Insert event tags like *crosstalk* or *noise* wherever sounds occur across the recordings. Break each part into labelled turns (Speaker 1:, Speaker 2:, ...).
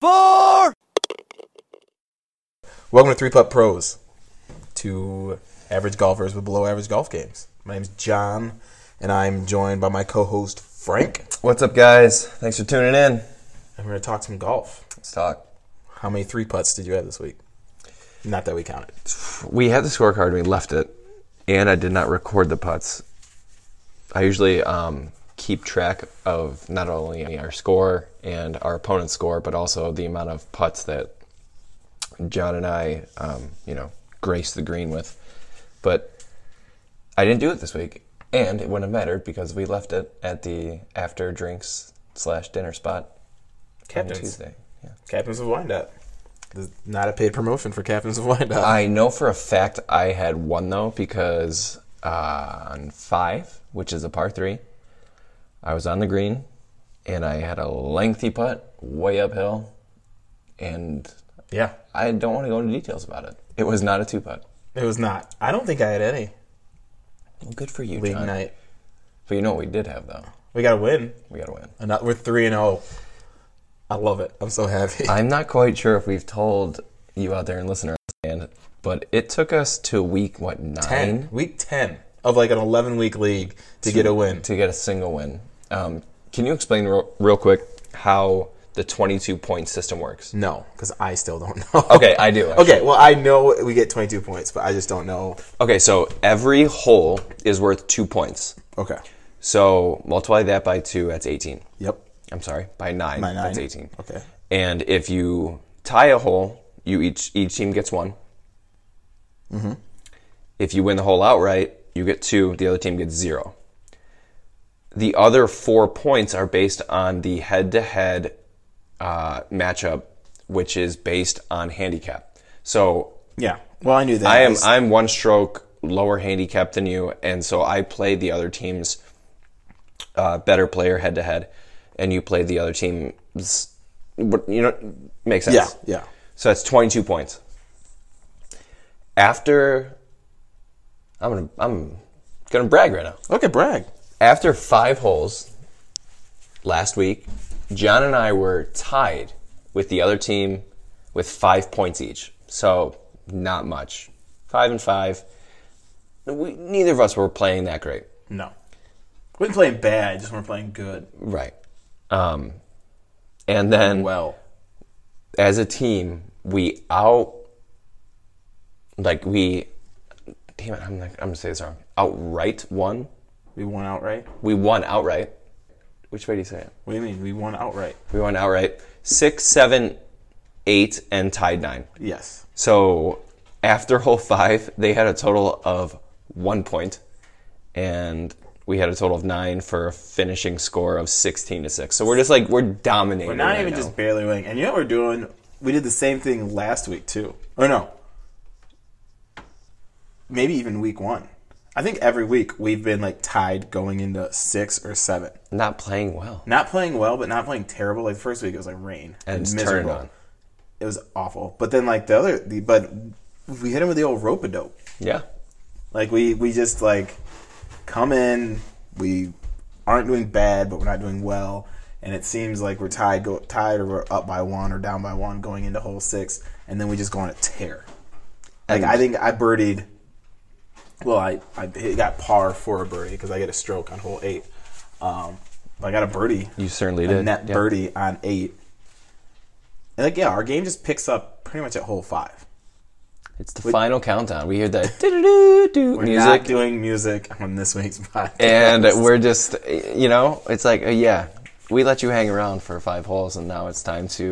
Speaker 1: four.
Speaker 2: Welcome to Three Putt Pros, to average golfers with below average golf games. My name's John, and I'm joined by my co-host Frank.
Speaker 3: What's up, guys? Thanks for tuning in.
Speaker 2: And we're going to talk some golf.
Speaker 3: Let's talk.
Speaker 2: How many three putts did you have this week? Not that we counted.
Speaker 3: We had the scorecard. We left it, and I did not record the putts. I usually um, keep track of not only our score and our opponent's score, but also the amount of putts that John and I, um, you know, grace the green with. But I didn't do it this week, and it wouldn't have mattered because we left it at the after drinks slash dinner spot on
Speaker 2: Captains.
Speaker 3: Tuesday. Yeah.
Speaker 2: Captains of Windup. This is Not a paid promotion for Captains of Windup.
Speaker 3: I know for a fact I had one though because uh, on five, which is a par three, I was on the green and I had a lengthy putt way uphill, and
Speaker 2: *laughs* yeah,
Speaker 3: I don't want to go into details about it. It was not a two putt.
Speaker 2: it was not. I don't think I had any
Speaker 3: Good for you,
Speaker 2: league
Speaker 3: John.
Speaker 2: night.
Speaker 3: But you know what we did have though?
Speaker 2: We got to win.
Speaker 3: We got to win.
Speaker 2: And We're three and zero. I love it. I'm so happy.
Speaker 3: I'm not quite sure if we've told you out there and listeners, and but it took us to week what nine
Speaker 2: Ten week ten of like an 11 week league to get a win.
Speaker 3: to get a single win. Um, can you explain real, real quick how the 22 point system works?
Speaker 2: No, because I still don't *laughs* know.
Speaker 3: Okay, I do, actually.
Speaker 2: Okay, well, I know we get 22 points, but I just don't know.
Speaker 3: Okay, so every hole is worth two points.
Speaker 2: Okay.
Speaker 3: So multiply that by two, that's 18.
Speaker 2: Yep.
Speaker 3: I'm sorry, by nine,
Speaker 2: By nine.
Speaker 3: that's 18.
Speaker 2: Okay.
Speaker 3: And if you tie a hole, you each each team gets one.
Speaker 2: Mm-hmm.
Speaker 3: If you win the hole outright, you get two. The other team gets zero. The other four points are based on the head-to-head uh, matchup, which is based on handicap. So
Speaker 2: Yeah. Well, I knew that.
Speaker 3: I am
Speaker 2: It's-
Speaker 3: I'm one stroke lower handicap than you, and so I played the other team's uh, better player head to head, and you played the other team's. But you know, makes sense.
Speaker 2: Yeah. Yeah.
Speaker 3: So that's 22 points. After, I'm gonna I'm gonna brag right now.
Speaker 2: Okay, brag.
Speaker 3: After five holes last week, John and I were tied with the other team with five points each. So not much. Five and five. We, neither of us were playing that great.
Speaker 2: No. We didn't play bad, just weren't playing good.
Speaker 3: Right. Um, and then
Speaker 2: Well.
Speaker 3: as a team, we out like we damn it, I'm not, I'm gonna say this wrong. Outright won.
Speaker 2: We won outright.
Speaker 3: We won outright. Which way do you say it?
Speaker 2: What do you mean? We won outright.
Speaker 3: We won outright. Six, seven, eight, and tied nine.
Speaker 2: Yes.
Speaker 3: So after hole five, they had a total of one point, and we had a total of nine for a finishing score of sixteen to six. So we're just like we're dominating.
Speaker 2: We're not
Speaker 3: right
Speaker 2: even
Speaker 3: now.
Speaker 2: just barely winning. And you know what we're doing? We did the same thing last week, too. Or no. Maybe even week one. I think every week we've been like tied going into six or seven.
Speaker 3: not playing well.
Speaker 2: not playing well, but not playing terrible. Like the first week, it was like rain
Speaker 3: And it's
Speaker 2: miserable.
Speaker 3: turned on.
Speaker 2: It was awful. But then like the other, the, but we hit him with the old rope a dope.
Speaker 3: Yeah,
Speaker 2: Like we we just like come in. We aren't doing bad, but we're not doing well. And it seems like we're tied, go, tied, or we're up by one or down by one going into hole six, and then we just go on a tear. Like
Speaker 3: And-
Speaker 2: I think I birdied. Well, I I hit- got par for a birdie because I get a stroke on hole eight. Um, but I got a birdie
Speaker 3: you certainly
Speaker 2: a
Speaker 3: did.
Speaker 2: net
Speaker 3: Yeah.
Speaker 2: birdie on eight. And like, yeah, our game just picks up pretty much at hole five.
Speaker 3: It's the final countdown. We
Speaker 2: *laughs*
Speaker 3: hear that doo-doo-doo-doo
Speaker 2: We're not
Speaker 3: music,
Speaker 2: doing music on this week's *laughs* podcast.
Speaker 3: and we're just, you know, it's like, uh, yeah, we let you hang around for five holes, and now it's time to,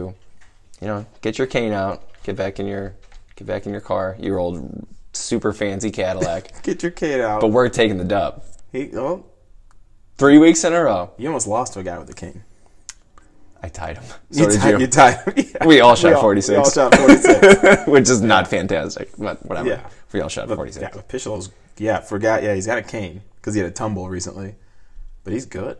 Speaker 3: you know, get your cane out, get back in your, get back in your car, your old super
Speaker 2: *laughs*
Speaker 3: fancy Cadillac.
Speaker 2: get your kid out.
Speaker 3: but we're taking the dub.
Speaker 2: he, oh,
Speaker 3: Three weeks in a row,
Speaker 2: you almost lost to a guy with the king.
Speaker 3: I tied him. So
Speaker 2: you,
Speaker 3: did
Speaker 2: tied-
Speaker 3: you.
Speaker 2: you tied. *laughs* Yeah.
Speaker 3: We all shot
Speaker 2: We all
Speaker 3: 46.
Speaker 2: shot
Speaker 3: *laughs*
Speaker 2: 46.
Speaker 3: Which is not fantastic, but whatever.
Speaker 2: Yeah.
Speaker 3: We all shot
Speaker 2: yeah,
Speaker 3: 46.
Speaker 2: Pichel's, yeah, forgot. Yeah, he's got a cane because he had a tumble recently. But he's good.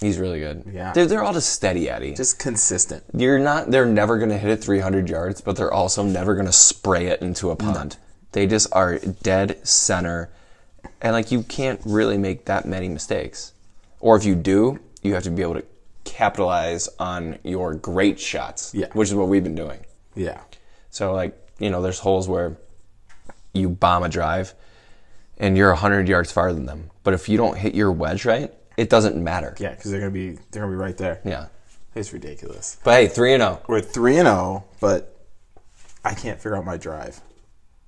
Speaker 3: He's really good.
Speaker 2: Yeah.
Speaker 3: They're, they're all just steady Eddie.
Speaker 2: Just consistent.
Speaker 3: you're not they're never going to hit it 300 yards but they're also never going to spray it into a pond they just are dead center and like you can't really make that many mistakes or if you do you have to be able to capitalize on your great shots,
Speaker 2: Yeah.
Speaker 3: which is what we've been doing.
Speaker 2: Yeah.
Speaker 3: So like, you know, there's holes where you bomb a drive and you're 100 yards farther than them. But if you don't hit your wedge right, it doesn't matter.
Speaker 2: Yeah, because they're gonna be they're gonna be right there.
Speaker 3: Yeah.
Speaker 2: It's ridiculous.
Speaker 3: But hey, 3 and oh. 0.
Speaker 2: We're three and zero, but I can't figure out my drive.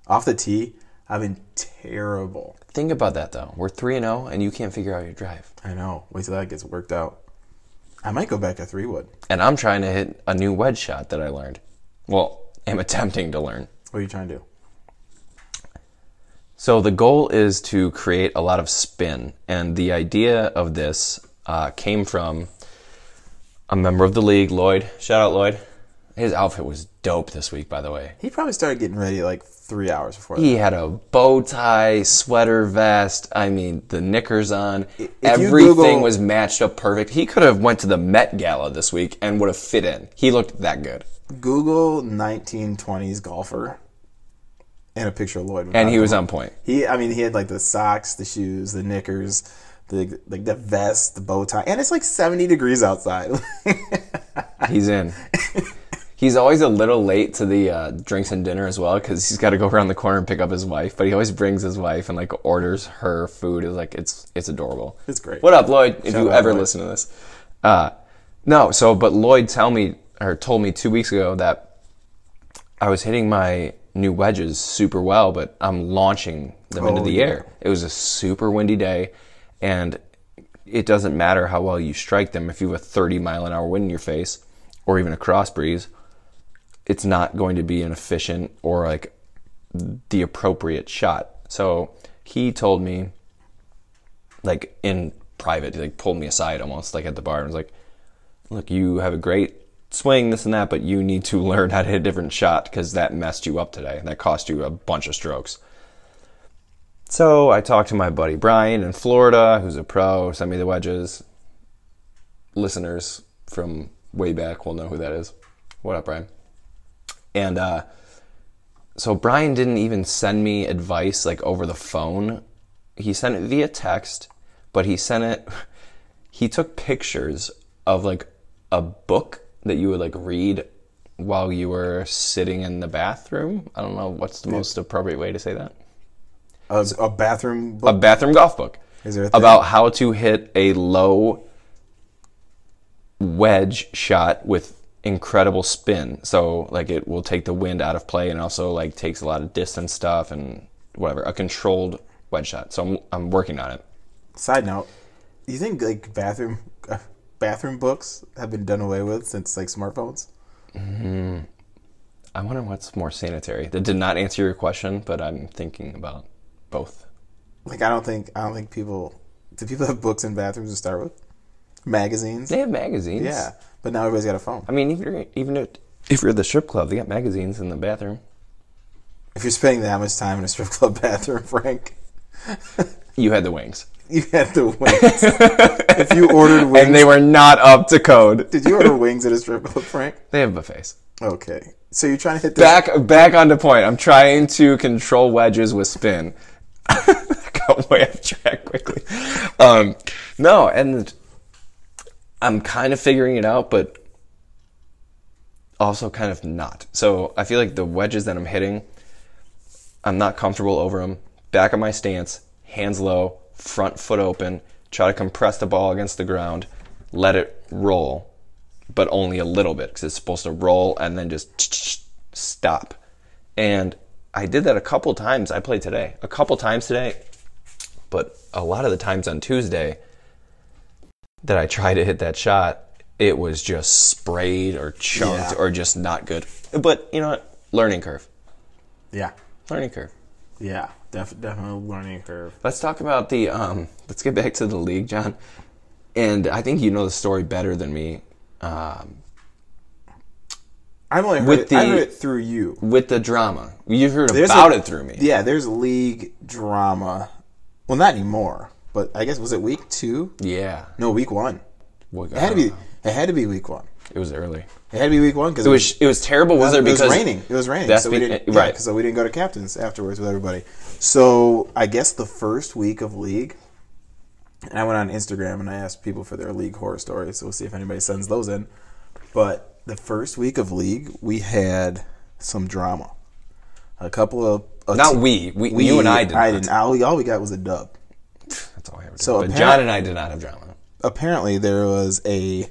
Speaker 2: Off the tee, I've been terrible.
Speaker 3: Think about that though. We're 3 and 0 and you can't figure out your drive.
Speaker 2: I know. Wait till that gets worked out. I might go back to three wood.
Speaker 3: And I'm trying to hit a new wedge shot that I learned. Well, *laughs* am attempting to learn.
Speaker 2: What are you trying to do?
Speaker 3: So the goal is to create a lot of spin, and the idea of this uh, came from a member of the league, Lloyd. Shout out Lloyd. His outfit was dope this week, by the way.
Speaker 2: He probably started getting ready like three hours before that.
Speaker 3: He had a bow tie, sweater vest. I mean, the knickers on.
Speaker 2: if you
Speaker 3: Everything
Speaker 2: Google-
Speaker 3: was matched up perfect. He could have went to the Met Gala this week and would have fit in. He looked that good,
Speaker 2: Google nineteen twenties golfer, and a picture of Lloyd.
Speaker 3: and he was on point.
Speaker 2: He, I mean, he had like the socks, the shoes, the knickers, the like the vest, the bow tie, and it's like seventy degrees outside. *laughs*
Speaker 3: He's in. He's always a little late to the uh, drinks and dinner as well because he's got to go around the corner and pick up his wife. But he always brings his wife and like orders her food. It's like it's it's adorable.
Speaker 2: It's great.
Speaker 3: What up, Lloyd? If you
Speaker 2: out,
Speaker 3: ever
Speaker 2: Lloyd.
Speaker 3: listen to this, uh, no. So, but Lloyd tell me or told me two weeks ago that I was hitting my new wedges super well, but I'm launching them into
Speaker 2: Oh,
Speaker 3: the
Speaker 2: yeah.
Speaker 3: air. It was a super windy day, and it doesn't matter how well you strike them. If you have a 30 mile an hour wind in your face, or even a cross breeze, it's not going to be an efficient or like the appropriate shot. So he told me, like in private, he like pulled me aside almost like at the bar and was like, "Look, you have a great swing, this and that, but you need to *laughs* learn how to hit a different shot because that messed you up today. That cost you a bunch of strokes." So I talked to my buddy Brian in Florida, who's a pro, sent me the wedges. Listeners from way back will know who that is. What up, Brian? And uh, so Brian didn't even send me advice like over the phone. He sent it via text, but he sent it. *laughs* He took pictures of like a book that you would like read while you were sitting in the bathroom. I don't know what's the most appropriate way to say that
Speaker 2: a, a bathroom
Speaker 3: a
Speaker 2: book.
Speaker 3: bathroom golf book
Speaker 2: Is there a thing?
Speaker 3: about how to hit a low wedge shot with incredible spin. So like it will take the wind out of play and also like takes a lot of distance stuff and whatever a controlled wedge shot. So I'm I'm working on it.
Speaker 2: Side note: You think like bathroom uh, bathroom books have been done away with since like smartphones?
Speaker 3: I wonder what's more sanitary. That did not answer your question, but I'm thinking about both.
Speaker 2: Like I don't think I don't think people do people have books in bathrooms to start with magazines.
Speaker 3: They have magazines.
Speaker 2: Yeah, but now everybody's got a phone.
Speaker 3: I mean, even if you're- even if- if you're at the strip club, they got magazines in the bathroom.
Speaker 2: If you're spending that much time in a strip club *laughs* bathroom, Frank,
Speaker 3: You had the wings.
Speaker 2: you had to wait. if
Speaker 3: *laughs*
Speaker 2: you ordered wings,
Speaker 3: And they were not up to code.
Speaker 2: did you order wings at a strip club, Frank?
Speaker 3: They have buffets.
Speaker 2: Okay, so you're trying to hit this.
Speaker 3: *laughs* Back back onto point. I'm trying to control wedges with spin. *laughs* Got way off track quickly. Um, no, and I'm kind of figuring it out, but also kind of not. So I feel like the wedges that I'm hitting, I'm not comfortable over them. Back of my stance, hands low, front foot open. Try to compress the ball against the ground, let it roll, but only a little bit because it's supposed to roll and then just stop. And I did that a couple times. I played today a couple times today, but a lot of the times on Tuesday that I tried to hit that shot, it was just sprayed or chunked
Speaker 2: Yeah.
Speaker 3: or just not good. But you know what? Learning curve.
Speaker 2: yeah,
Speaker 3: Learning curve.
Speaker 2: yeah, def- definitely learning curve.
Speaker 3: Let's talk about the. Um, let's get back to the league, John. And I think you know the story better than me. Um,
Speaker 2: I've only heard
Speaker 3: With
Speaker 2: it, I
Speaker 3: the-
Speaker 2: heard it through you.
Speaker 3: with the drama, you've heard
Speaker 2: There's
Speaker 3: about
Speaker 2: a-
Speaker 3: it through me.
Speaker 2: Yeah, there's league drama. Well, not anymore. But I guess was it week two?
Speaker 3: Yeah.
Speaker 2: No, week one.
Speaker 3: What-
Speaker 2: It had to be. It had to be week one.
Speaker 3: It was early.
Speaker 2: It had to be week one because
Speaker 3: It was it was terrible. Was there
Speaker 2: it was
Speaker 3: because
Speaker 2: raining. It was raining,
Speaker 3: That's
Speaker 2: so we
Speaker 3: be-
Speaker 2: didn't
Speaker 3: eh,
Speaker 2: yeah,
Speaker 3: right.
Speaker 2: 'cause so we didn't go to captains afterwards with everybody. So I guess the first week of league, And I went on Instagram and I asked people for their league horror stories. So we'll see if anybody sends those in. But the first week of league, we had some drama. A couple of a
Speaker 3: Not
Speaker 2: te-
Speaker 3: we. We- you and I did
Speaker 2: I
Speaker 3: not.
Speaker 2: didn't. All, all we got was a dub.
Speaker 3: That's all I ever did.
Speaker 2: So
Speaker 3: but
Speaker 2: apparent-
Speaker 3: John and I did not have drama.
Speaker 2: Apparently, there was a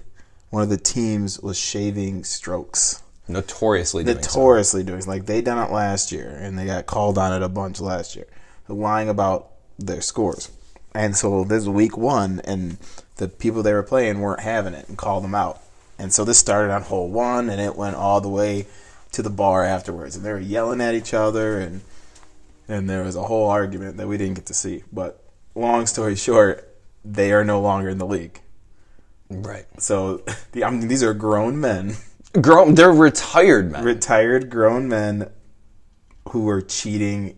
Speaker 2: one of the teams was shaving strokes.
Speaker 3: Notoriously doing so.
Speaker 2: notoriously doing like they done it last year and they got called on it a bunch last year lying about their scores and so this is week one and the people they were playing weren't having it and called them out and so this started on hole one and it went all the way to the bar afterwards and they were yelling at each other and and there was a whole argument that we didn't get to see but long story *laughs* short they are no longer in the league
Speaker 3: Right.
Speaker 2: so *laughs* the, I mean, these are grown men
Speaker 3: Grown, they're retired men.
Speaker 2: retired grown men who were cheating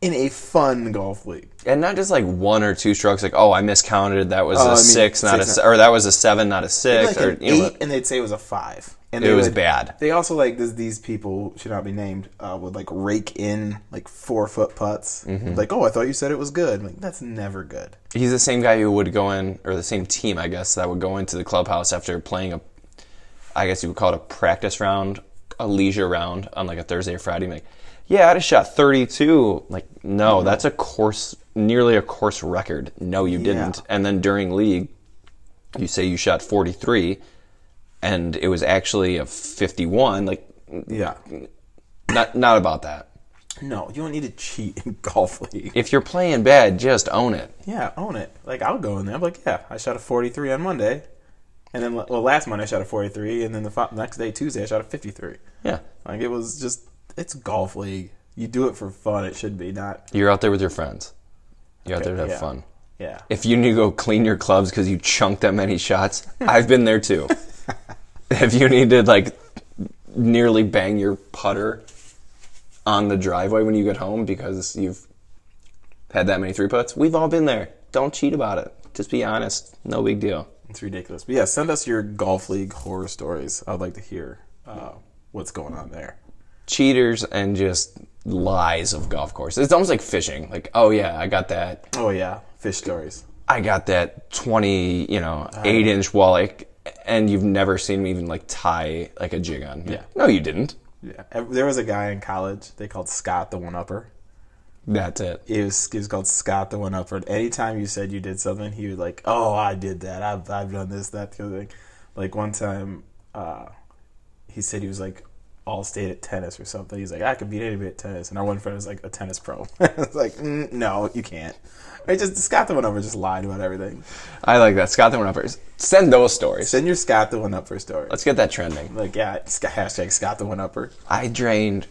Speaker 2: in a fun golf league.
Speaker 3: and not just like one or two strokes. Like, oh, I miscounted. That was
Speaker 2: Oh,
Speaker 3: a
Speaker 2: I mean,
Speaker 3: six, not a,
Speaker 2: six,
Speaker 3: se- or that was a seven, not a six,
Speaker 2: Like
Speaker 3: or
Speaker 2: an
Speaker 3: you know,
Speaker 2: eight, and they'd say it was a five. And
Speaker 3: It
Speaker 2: they
Speaker 3: was
Speaker 2: would-
Speaker 3: bad.
Speaker 2: They also like this, these people should not be named uh, would like rake in like four foot putts.
Speaker 3: Mm-hmm.
Speaker 2: Like, oh, I thought you said it was good. I'm like that's never good.
Speaker 3: he's the same guy who would go in, or the same team, I guess, that would go into the clubhouse after playing a, I guess you would call it a practice round, a leisure round on like a Thursday or Friday. and be Like, yeah, I just shot 32. Like, no, that's a course, nearly a course record. No, you didn't. And then during league, you say you shot 43, and it was actually a 51. Like,
Speaker 2: Yeah.
Speaker 3: not not about that.
Speaker 2: No, you don't need to cheat in golf league.
Speaker 3: If you're playing bad, just own it.
Speaker 2: Yeah, own it. Like I'll go in there. I'm like, yeah, I shot a 43 on Monday, and then well, last Monday I shot a 43, and then the fo- next day Tuesday I shot a 53.
Speaker 3: Yeah.
Speaker 2: Like it was just it's golf league. You do it for fun. It should be not.
Speaker 3: You're out there with your friends. You're out there to have
Speaker 2: yeah.
Speaker 3: fun.
Speaker 2: Yeah.
Speaker 3: If you need to go clean your clubs because you chunked that many shots, I've been there too. if you need to like nearly bang your putter on the driveway when you get home because you've had that many three putts, we've all been there. Don't cheat about it. Just be honest. No big deal.
Speaker 2: It's ridiculous. But yeah, send us your golf league horror stories. I'd like to hear uh, what's going on there.
Speaker 3: Cheaters and just lies of golf courses. It's almost like fishing. Like, oh yeah, I got that
Speaker 2: Oh yeah, fish stories.
Speaker 3: I got that 20, you know, eight inch walleye, and you've never seen me even like tie like a jig on.
Speaker 2: Yeah.
Speaker 3: No, you didn't.
Speaker 2: Yeah. Ev- There was a guy in college. They called Scott the one upper.
Speaker 3: That's it.
Speaker 2: He was, he was called Scott the one upper. And anytime you said you did something, he would like, oh, I did that. I've I've done this that the other thing. Like one time, uh, he said he was like all state at tennis or something. He's like, I could beat anybody at tennis. And our one friend was like a tennis pro. *laughs* I was like, mm, no, you can't. I just Scott the one upper just lied about everything.
Speaker 3: I like that. Scott, the one uppers. Send those stories.
Speaker 2: Send your Scott the one upper story.
Speaker 3: Let's get that trending.
Speaker 2: Like yeah, Sc- hashtag Scott the one upper.
Speaker 3: I drained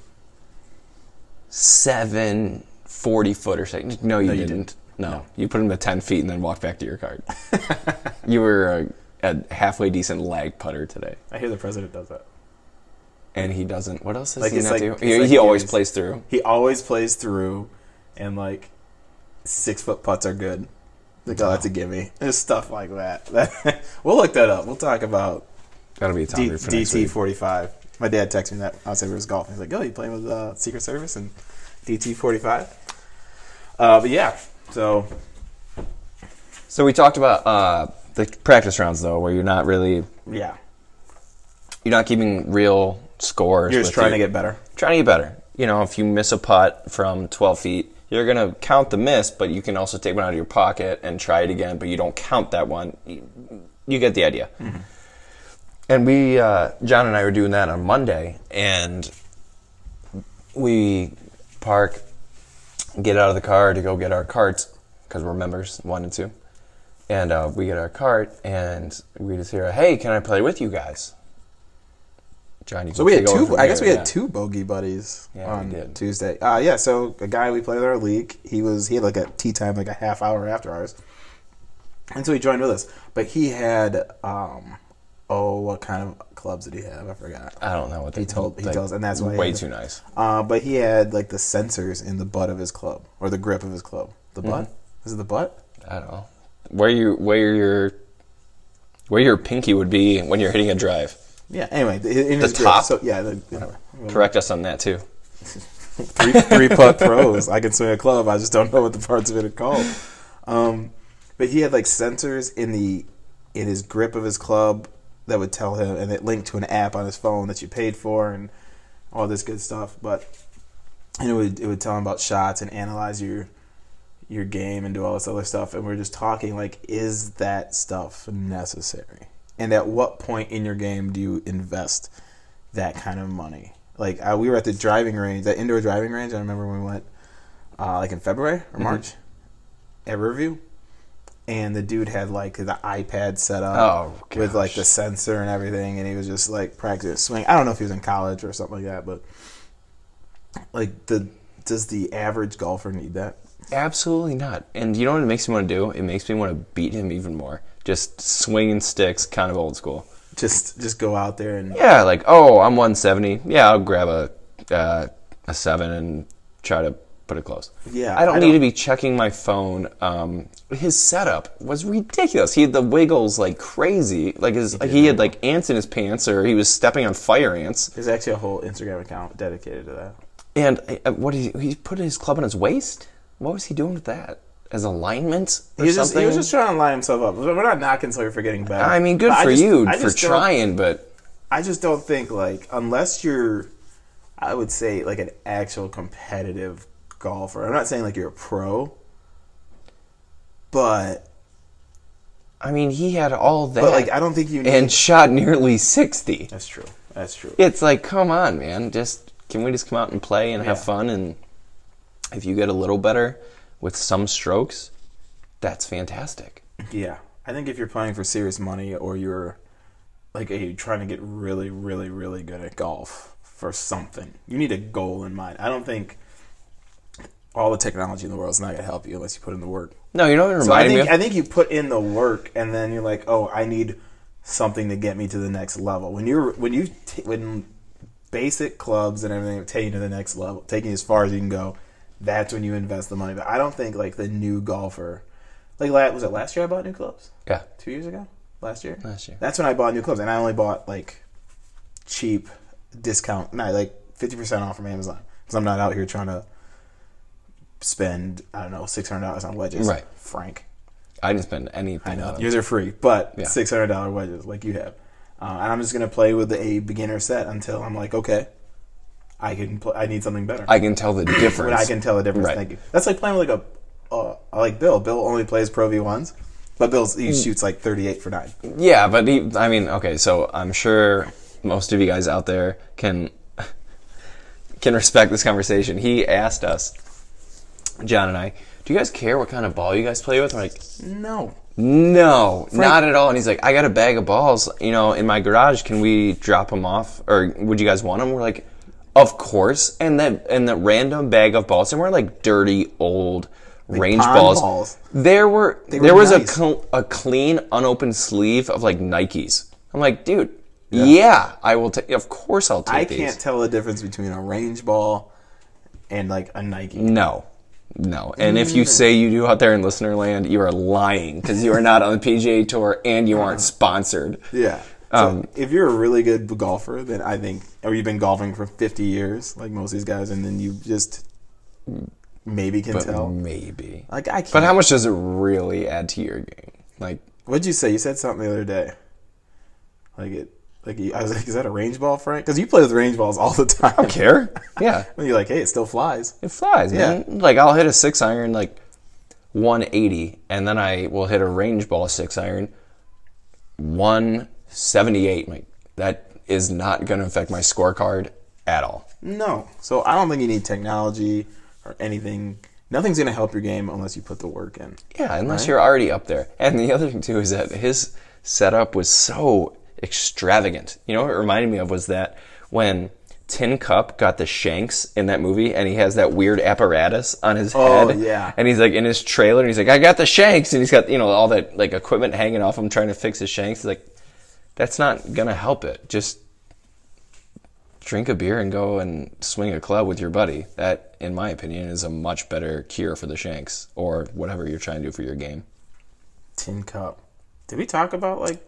Speaker 3: seven 40 footer seconds. No, you,
Speaker 2: you
Speaker 3: didn't.
Speaker 2: didn't.
Speaker 3: No. You put them to 10 feet and then walked back to your *laughs* cart. you were a, a halfway decent lag putter today.
Speaker 2: I hear the president does that.
Speaker 3: And he doesn't. What else does
Speaker 2: Like,
Speaker 3: he
Speaker 2: it's
Speaker 3: not
Speaker 2: like-
Speaker 3: do?
Speaker 2: it's
Speaker 3: He,
Speaker 2: like
Speaker 3: he
Speaker 2: he
Speaker 3: always
Speaker 2: is-
Speaker 3: plays through.
Speaker 2: He always plays through, and like six foot putts are good. Like oh, that's a gimme. There's stuff like that. *laughs* we'll look that up. We'll talk about
Speaker 3: That'll be a
Speaker 2: D-
Speaker 3: topic for next week.
Speaker 2: DT forty five. My dad texted me that outside we was golfing. He's like, "Oh, you playing with uh, Secret Service and DT 45 Uh, but yeah, so
Speaker 3: So we talked about uh, the practice rounds though, where you're not really
Speaker 2: yeah,
Speaker 3: you're not keeping real scores.
Speaker 2: you're just
Speaker 3: with
Speaker 2: trying
Speaker 3: your-
Speaker 2: to get better.
Speaker 3: trying to get better. You know, if you miss a putt from 12 feet, you're gonna count the miss, but you can also take one out of your pocket and try it again. But you don't count that one. You, you get the idea.
Speaker 2: Mm-hmm.
Speaker 3: And we, uh, John and I, were doing that on Monday, and we park, get out of the car to go get our carts because we're members one and two, and uh, we get our cart and we just hear, "Hey, can I play with you guys?" John, you
Speaker 2: So we had
Speaker 3: take over
Speaker 2: two.
Speaker 3: from
Speaker 2: I guess we
Speaker 3: here,
Speaker 2: had
Speaker 3: yeah.
Speaker 2: two bogey buddies
Speaker 3: Yeah, we
Speaker 2: on
Speaker 3: did.
Speaker 2: Tuesday. Uh, yeah. So a guy we played with our league. He was he had like a tea time, like a half hour after ours, and so he joined with us. But he had um, oh, what kind of clubs did he have? I forgot.
Speaker 3: I don't know what they
Speaker 2: He told he
Speaker 3: like,
Speaker 2: tells, and that's why he
Speaker 3: way
Speaker 2: had the-
Speaker 3: too nice.
Speaker 2: Uh, but he had like the sensors in the butt of his club or the grip of his club. The
Speaker 3: Mm-hmm.
Speaker 2: butt is it the butt?
Speaker 3: I don't know where you where your where your pinky would be when you're hitting a drive.
Speaker 2: Yeah. Anyway, th- in his grip.
Speaker 3: top?
Speaker 2: So yeah, the, whatever.
Speaker 3: Correct us on that too.
Speaker 2: three, three putt pros. I can swing a club. I just don't know what the parts of it are called. Um, But he had like sensors in the in his grip of his club that would tell him, and it linked to an app on his phone that you paid for, and all this good stuff. But and it would it would tell him about shots and analyze your your game and do all this other stuff. And we we're just talking like, is that stuff necessary? And at what point in your game do you invest that kind of money? Like I, we were at the driving range, that indoor driving range. I remember when we went, uh, like in February
Speaker 3: Mm-hmm.
Speaker 2: or March, at Riverview, and the dude had like the iPad set up
Speaker 3: Oh,
Speaker 2: with like
Speaker 3: gosh.
Speaker 2: the sensor and everything, and he was just like practicing swing. I don't know if he was in college or something like that, but like the does the average golfer need that?
Speaker 3: Absolutely not. And you know what it makes me want to do? It makes me want to beat him even more. Just swinging sticks, kind of old school.
Speaker 2: Just just go out there and
Speaker 3: Yeah, like oh, I'm 170. Yeah, I'll grab a uh, a seven and try to put it close.
Speaker 2: Yeah,
Speaker 3: I don't
Speaker 2: I
Speaker 3: need
Speaker 2: don't-
Speaker 3: to be checking my phone. Um, his setup was ridiculous. He had the wiggles like crazy. Like his, like he had like ants in his pants, or he was stepping on fire ants.
Speaker 2: There's actually a whole Instagram account dedicated to that.
Speaker 3: And uh, what did he, he put his club on his waist? What was he doing with that? As alignment or
Speaker 2: He was, just,
Speaker 3: something?
Speaker 2: he was just trying to line himself up. We're not knocking Sawyer for getting better.
Speaker 3: I mean, good
Speaker 2: But
Speaker 3: for
Speaker 2: just-
Speaker 3: you
Speaker 2: I
Speaker 3: for
Speaker 2: just don't-
Speaker 3: trying, but
Speaker 2: I just don't think like unless you're, I would say like an actual competitive golfer. I'm not saying like you're a pro, but
Speaker 3: I mean, he had all that.
Speaker 2: but like I don't think you need.
Speaker 3: and shot nearly 60.
Speaker 2: that's true. That's true.
Speaker 3: It's like, come on, man. Just can we just come out and play and
Speaker 2: Yeah.
Speaker 3: have fun? And if you get a little better with some strokes, that's fantastic.
Speaker 2: Yeah, I think if you're playing for serious money or you're like a, trying to get really, really, really good at golf for something, you need a goal in mind. I don't think all the technology in the world is not going to help you unless you put in the work.
Speaker 3: No, you know what it
Speaker 2: So I
Speaker 3: reminded
Speaker 2: think
Speaker 3: me
Speaker 2: I
Speaker 3: of?
Speaker 2: think you put in the work, and then you're like, oh, I need something to get me to the next level. When you're when you t- when basic clubs and everything take you to the next level, taking you as far as you can go, that's when you invest the money. But I don't think like the new golfer, like la was it last year I bought new clubs?
Speaker 3: yeah.
Speaker 2: two years ago, last year.
Speaker 3: Last year.
Speaker 2: That's when I bought new clubs, and I only bought like cheap discount, not like fifty percent off from Amazon, because I'm not out here trying to spend I don't know six hundred dollars on wedges.
Speaker 3: Right.
Speaker 2: Frank.
Speaker 3: I didn't spend anything on it.
Speaker 2: Yours are free, but
Speaker 3: Yeah.
Speaker 2: six hundred dollar wedges like you have, uh, and I'm just gonna play with a beginner set until I'm like, okay, I can. Pl- I need something better.
Speaker 3: I can tell the
Speaker 2: *coughs* When
Speaker 3: difference.
Speaker 2: I can tell the difference.
Speaker 3: Right.
Speaker 2: Thank you. That's like playing with like a. Uh, I like Bill. Bill only plays Pro V ones, but Bill's he
Speaker 3: Mm.
Speaker 2: shoots like thirty eight for nine.
Speaker 3: Yeah, but he, I mean, okay, so I'm sure most of you guys out there can *laughs* can respect this conversation. He asked us, John and I, do you guys care what kind of ball you guys play with? I'm like,
Speaker 2: No.
Speaker 3: no, not at all. And he's like, I got a bag of balls, you know, in my garage. Can we drop them off, or would you guys want them? We're like, of course. And that and that random bag of balls, and we're like dirty old range
Speaker 2: pond
Speaker 3: balls.
Speaker 2: balls.
Speaker 3: There were,
Speaker 2: were
Speaker 3: there was
Speaker 2: nice.
Speaker 3: a cl- a clean unopened sleeve of like Nikes. I'm like, dude, yeah, I will take. Of course, I'll take
Speaker 2: I
Speaker 3: these.
Speaker 2: can't tell the difference between a range ball and like a Nike.
Speaker 3: No. No. And if
Speaker 2: Mm.
Speaker 3: you say you do out there in listener land, you are lying because you are not on the PGA Tour and you
Speaker 2: Uh-huh.
Speaker 3: aren't sponsored.
Speaker 2: Yeah. So
Speaker 3: Um,
Speaker 2: if you're a really good golfer, then I think, or you've been golfing for 50 years, like most of these guys, and then you just maybe can tell.
Speaker 3: Maybe.
Speaker 2: Like I can't.
Speaker 3: mm. But how much does it really add to your game? Like,
Speaker 2: What'd you say? You said something the other day. Like it. Like you- I was like, is that a range ball, Frank? Because you play with range balls all the *laughs* time.
Speaker 3: care? *laughs* Yeah.
Speaker 2: And you're like, hey, it still flies.
Speaker 3: It flies, man. Like, I'll hit a six iron like 180, and then I will hit a range ball six iron 178. Like, that is not going to affect my scorecard at all.
Speaker 2: No. So I don't think you need technology or anything. Nothing's gonna help your game unless you put the work in.
Speaker 3: Yeah, unless you're already up there. And the other thing too is that his setup was so extravagant. You know, what it reminded me of was that when Tin Cup got the shanks in that movie, and he has that weird apparatus on his
Speaker 2: Oh,
Speaker 3: head.
Speaker 2: yeah.
Speaker 3: And he's like in his trailer, and he's like, "I got the shanks," and he's got you know all that like equipment hanging off him, trying to fix his shanks. He's like, that's not gonna help it. Just drink a beer and go and swing a club with your buddy. That, in my opinion, is a much better cure for the shanks or whatever you're trying to do for your game.
Speaker 2: Tin Cup. Did we talk about like?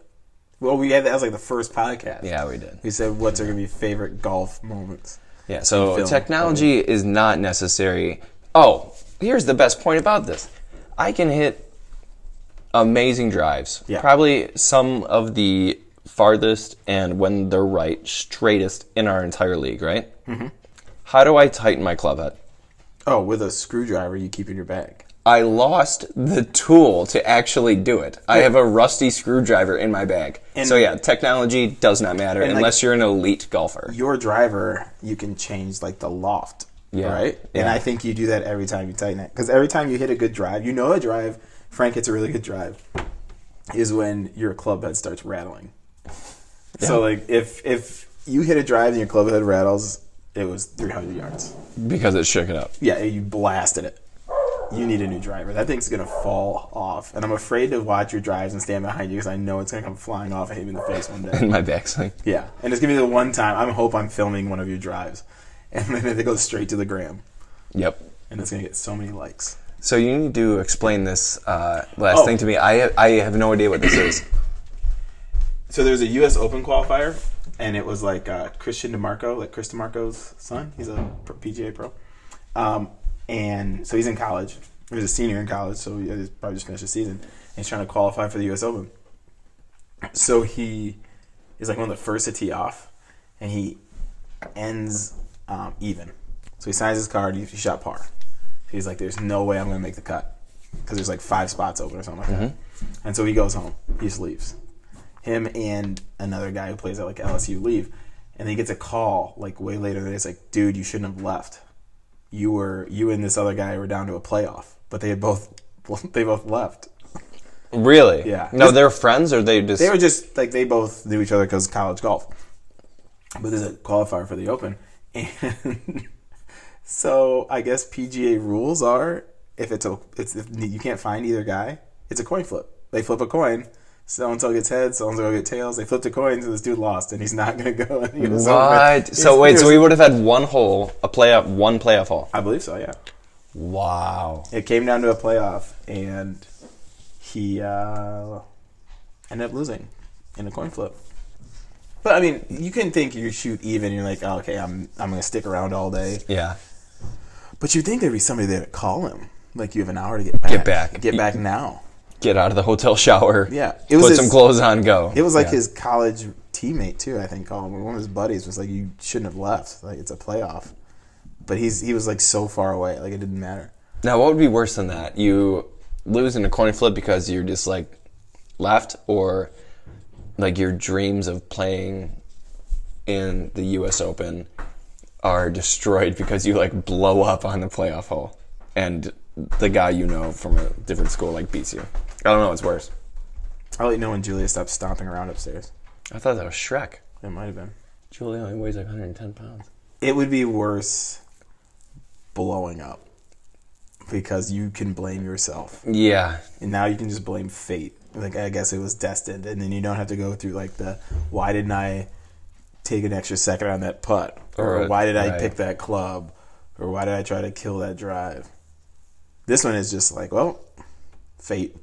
Speaker 2: Well, we had that was like the first podcast.
Speaker 3: Yeah, we did.
Speaker 2: We said what's our gonna be favorite golf moments.
Speaker 3: Yeah,
Speaker 2: In
Speaker 3: so
Speaker 2: film,
Speaker 3: technology is not necessary. Oh, here's the best point about this I can hit amazing drives.
Speaker 2: Yeah.
Speaker 3: Probably some of the farthest and when they're right, straightest in our entire league, right? Mm-hmm. How do I tighten my club head?
Speaker 2: Oh, with a screwdriver you keep in your bag.
Speaker 3: I lost the tool to actually do it. I have a rusty screwdriver in my bag.
Speaker 2: And-
Speaker 3: so yeah, technology does not matter
Speaker 2: like-
Speaker 3: unless you're an elite golfer.
Speaker 2: Your driver, you can change like the loft,
Speaker 3: Yeah.
Speaker 2: right? And
Speaker 3: Yeah.
Speaker 2: I think you do that every time you tighten it because every time you hit a good drive, you know a drive. Frank hits a really good drive. Is when your club head starts rattling. So like if if you hit a drive and your club head rattles, it was 300 yards.
Speaker 3: Because it shook it up.
Speaker 2: Yeah, you blasted it. You need a new driver. That thing's gonna fall off, and I'm afraid to watch your drives and stand behind you because I know it's gonna come flying off and hit me in the face one
Speaker 3: *laughs*
Speaker 2: day.
Speaker 3: In my backswing.
Speaker 2: yeah, and it's gonna be the one time I hope I'm filming one of your drives, and then it goes straight to the gram,
Speaker 3: Yep.
Speaker 2: and it's gonna get so many likes.
Speaker 3: So you need to explain this uh, last
Speaker 2: Oh.
Speaker 3: thing to me. I I have no idea what
Speaker 2: *coughs*
Speaker 3: this is.
Speaker 2: So there's a U.S. Open qualifier, and it was like uh, Christian DeMarco, like Chris DeMarco's son. He's a pro- PGA pro, um, and so he's in college. He was a senior in college, so he he's probably just finished his season. And he's trying to qualify for the U.S. Open. So he is like one of the first to tee off, and he ends um, even. So he signs his card. He, he shot par. He's like, "There's no way I'm going to make the cut because there's like five spots open or something like that." And so he goes home. He just leaves. Him and another guy who plays at like LSU leave, and he gets a call like way later. That it's like, "Dude, you shouldn't have left. You were you and this other guy were down to a playoff, but they had both *laughs* they both left."
Speaker 3: Really?
Speaker 2: Yeah.
Speaker 3: No, they're friends, or they just
Speaker 2: They were just like they both knew each other because college golf. But there's a qualifier for the Open, *laughs* and so I guess PGA rules are if it's a it's if you can't find either guy, it's a coin flip. They flip a coin. So and so gets heads, so and so gets tails. They flipped a coin, so this dude lost, and he's not going to go. And he was over.
Speaker 3: what?
Speaker 2: *laughs*
Speaker 3: So
Speaker 2: It's-
Speaker 3: wait, so
Speaker 2: there's-
Speaker 3: we would have had one hole, a playoff, one playoff hole.
Speaker 2: I believe so. Yeah,
Speaker 3: Wow.
Speaker 2: it came down to a playoff, and he uh, ended up losing in a coin flip. But I mean, you can think you shoot even. And you're like, oh, okay, I'm I'm gonna stick around all day.
Speaker 3: Yeah.
Speaker 2: But you think there'd be somebody there to call him. Like you have an hour to get back.
Speaker 3: Get back.
Speaker 2: Get back now.
Speaker 3: Get out of the hotel shower.
Speaker 2: Yeah, it
Speaker 3: It
Speaker 2: was
Speaker 3: put
Speaker 2: his-
Speaker 3: some clothes on. Go.
Speaker 2: It was like
Speaker 3: Yeah.
Speaker 2: his college teammate too. I think called him. One of his buddies was like, you shouldn't have left. Like it's a playoff. But he's he was like so far away. Like it didn't matter.
Speaker 3: Now, what would be worse than that? You lose in a coin flip because you're just like left, or like your dreams of playing in the U.S. Open are destroyed because you like blow up on the playoff hole, and the guy you know from a different school like beats you. I don't know what's worse.
Speaker 2: I'll let you know when Julia stops stomping around upstairs.
Speaker 3: I thought that was Shrek.
Speaker 2: It might have been.
Speaker 3: Julie only weighs like 110 pounds.
Speaker 2: it would be worse blowing up because you can blame yourself
Speaker 3: Yeah,
Speaker 2: and now you can just blame fate like i guess it was destined and then you don't have to go through like the why didn't i take an extra second on that putt or,
Speaker 3: Or-
Speaker 2: why did i
Speaker 3: right.
Speaker 2: pick that club or why did i try to kill that drive this one is just like well fate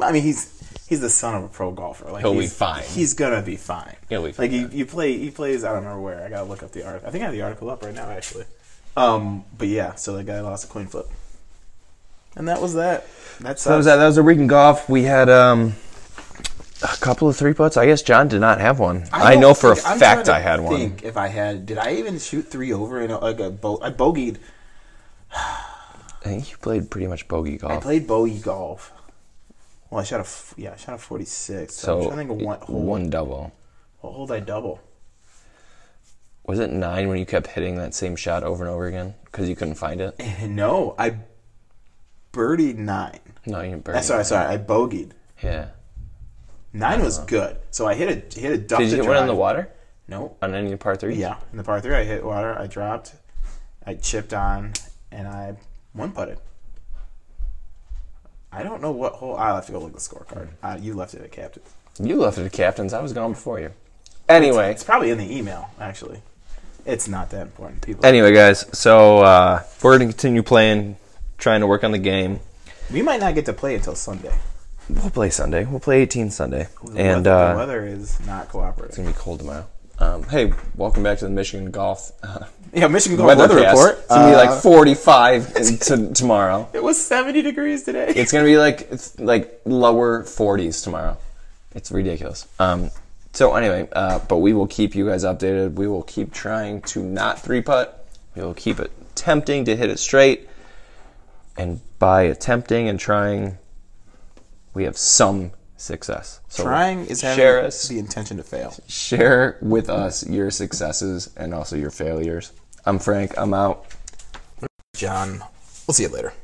Speaker 2: i mean he's he's the son of a pro golfer like
Speaker 3: He'll be
Speaker 2: he's-
Speaker 3: fine.
Speaker 2: he's gonna be fine
Speaker 3: He'll be
Speaker 2: like
Speaker 3: fine.
Speaker 2: you, you play he plays I don't remember where. I gotta look up the article. I think I have the article up right now actually. Um, but yeah, so the guy lost a coin flip, and that was that. That's
Speaker 3: So that was that. That was a week in golf. We had um, a couple of three putts. I guess John did not have one. I, know for a fact I had one.
Speaker 2: Think if I had, did I even shoot three over in a, like a bo- I bogeyed.
Speaker 3: I think you played pretty much bogey
Speaker 2: I
Speaker 3: golf.
Speaker 2: played bogey golf. Well, I shot a f- yeah, I shot a forty six. So,
Speaker 3: so
Speaker 2: I'm trying to think of
Speaker 3: one,
Speaker 2: one hold.
Speaker 3: double.
Speaker 2: What hold I double?
Speaker 3: Was it nine when you kept hitting that same shot over and over again because you couldn't find it?
Speaker 2: Eh, No, I birdied nine.
Speaker 3: No, you didn't.
Speaker 2: Uh,
Speaker 3: birdie.
Speaker 2: Sorry, sorry, I bogeyed.
Speaker 3: Yeah.
Speaker 2: Nine was good. So I hit a hit a duck.
Speaker 3: Uh-huh. Did you
Speaker 2: to
Speaker 3: hit one in
Speaker 2: drive.
Speaker 3: the water
Speaker 2: Nope.
Speaker 3: on any par three?
Speaker 2: Yeah, in the par three, I hit water. I dropped. I chipped on, and I one putted. I don't know what hole. I'll have to go look at the scorecard.
Speaker 3: Mm.
Speaker 2: Uh, you left it at captain.
Speaker 3: You left it to captains. I was gone before you. Anyway,
Speaker 2: It's probably in the email actually. It's not that important. People,
Speaker 3: anyway, guys. So uh, we're gonna continue playing, trying to work on the game.
Speaker 2: we might not get to play until Sunday.
Speaker 3: We'll play Sunday. We'll play 18 Sunday,
Speaker 2: The
Speaker 3: and
Speaker 2: weath-
Speaker 3: uh,
Speaker 2: the weather is not
Speaker 3: It's
Speaker 2: cooperative.
Speaker 3: gonna be cold tomorrow. Um, hey, welcome back to the Michigan Golf uh,
Speaker 2: Yeah, Michigan Golf
Speaker 3: Weather
Speaker 2: Weather Report.
Speaker 3: It's gonna be
Speaker 2: Uh, *laughs*
Speaker 3: like 45 in- to, tomorrow.
Speaker 2: it was 70 degrees today.
Speaker 3: It's gonna be like it's like lower 40s tomorrow. It's ridiculous. Um, so anyway, uh, but we will keep you guys updated. We will keep trying to not three putt. We will keep attempting to hit it straight, and by attempting and trying, we have some success. So
Speaker 2: Trying is having
Speaker 3: share us
Speaker 2: the intention to fail.
Speaker 3: share with us your successes and also your failures. I'm Frank. I'm out.
Speaker 2: John, we'll see you later.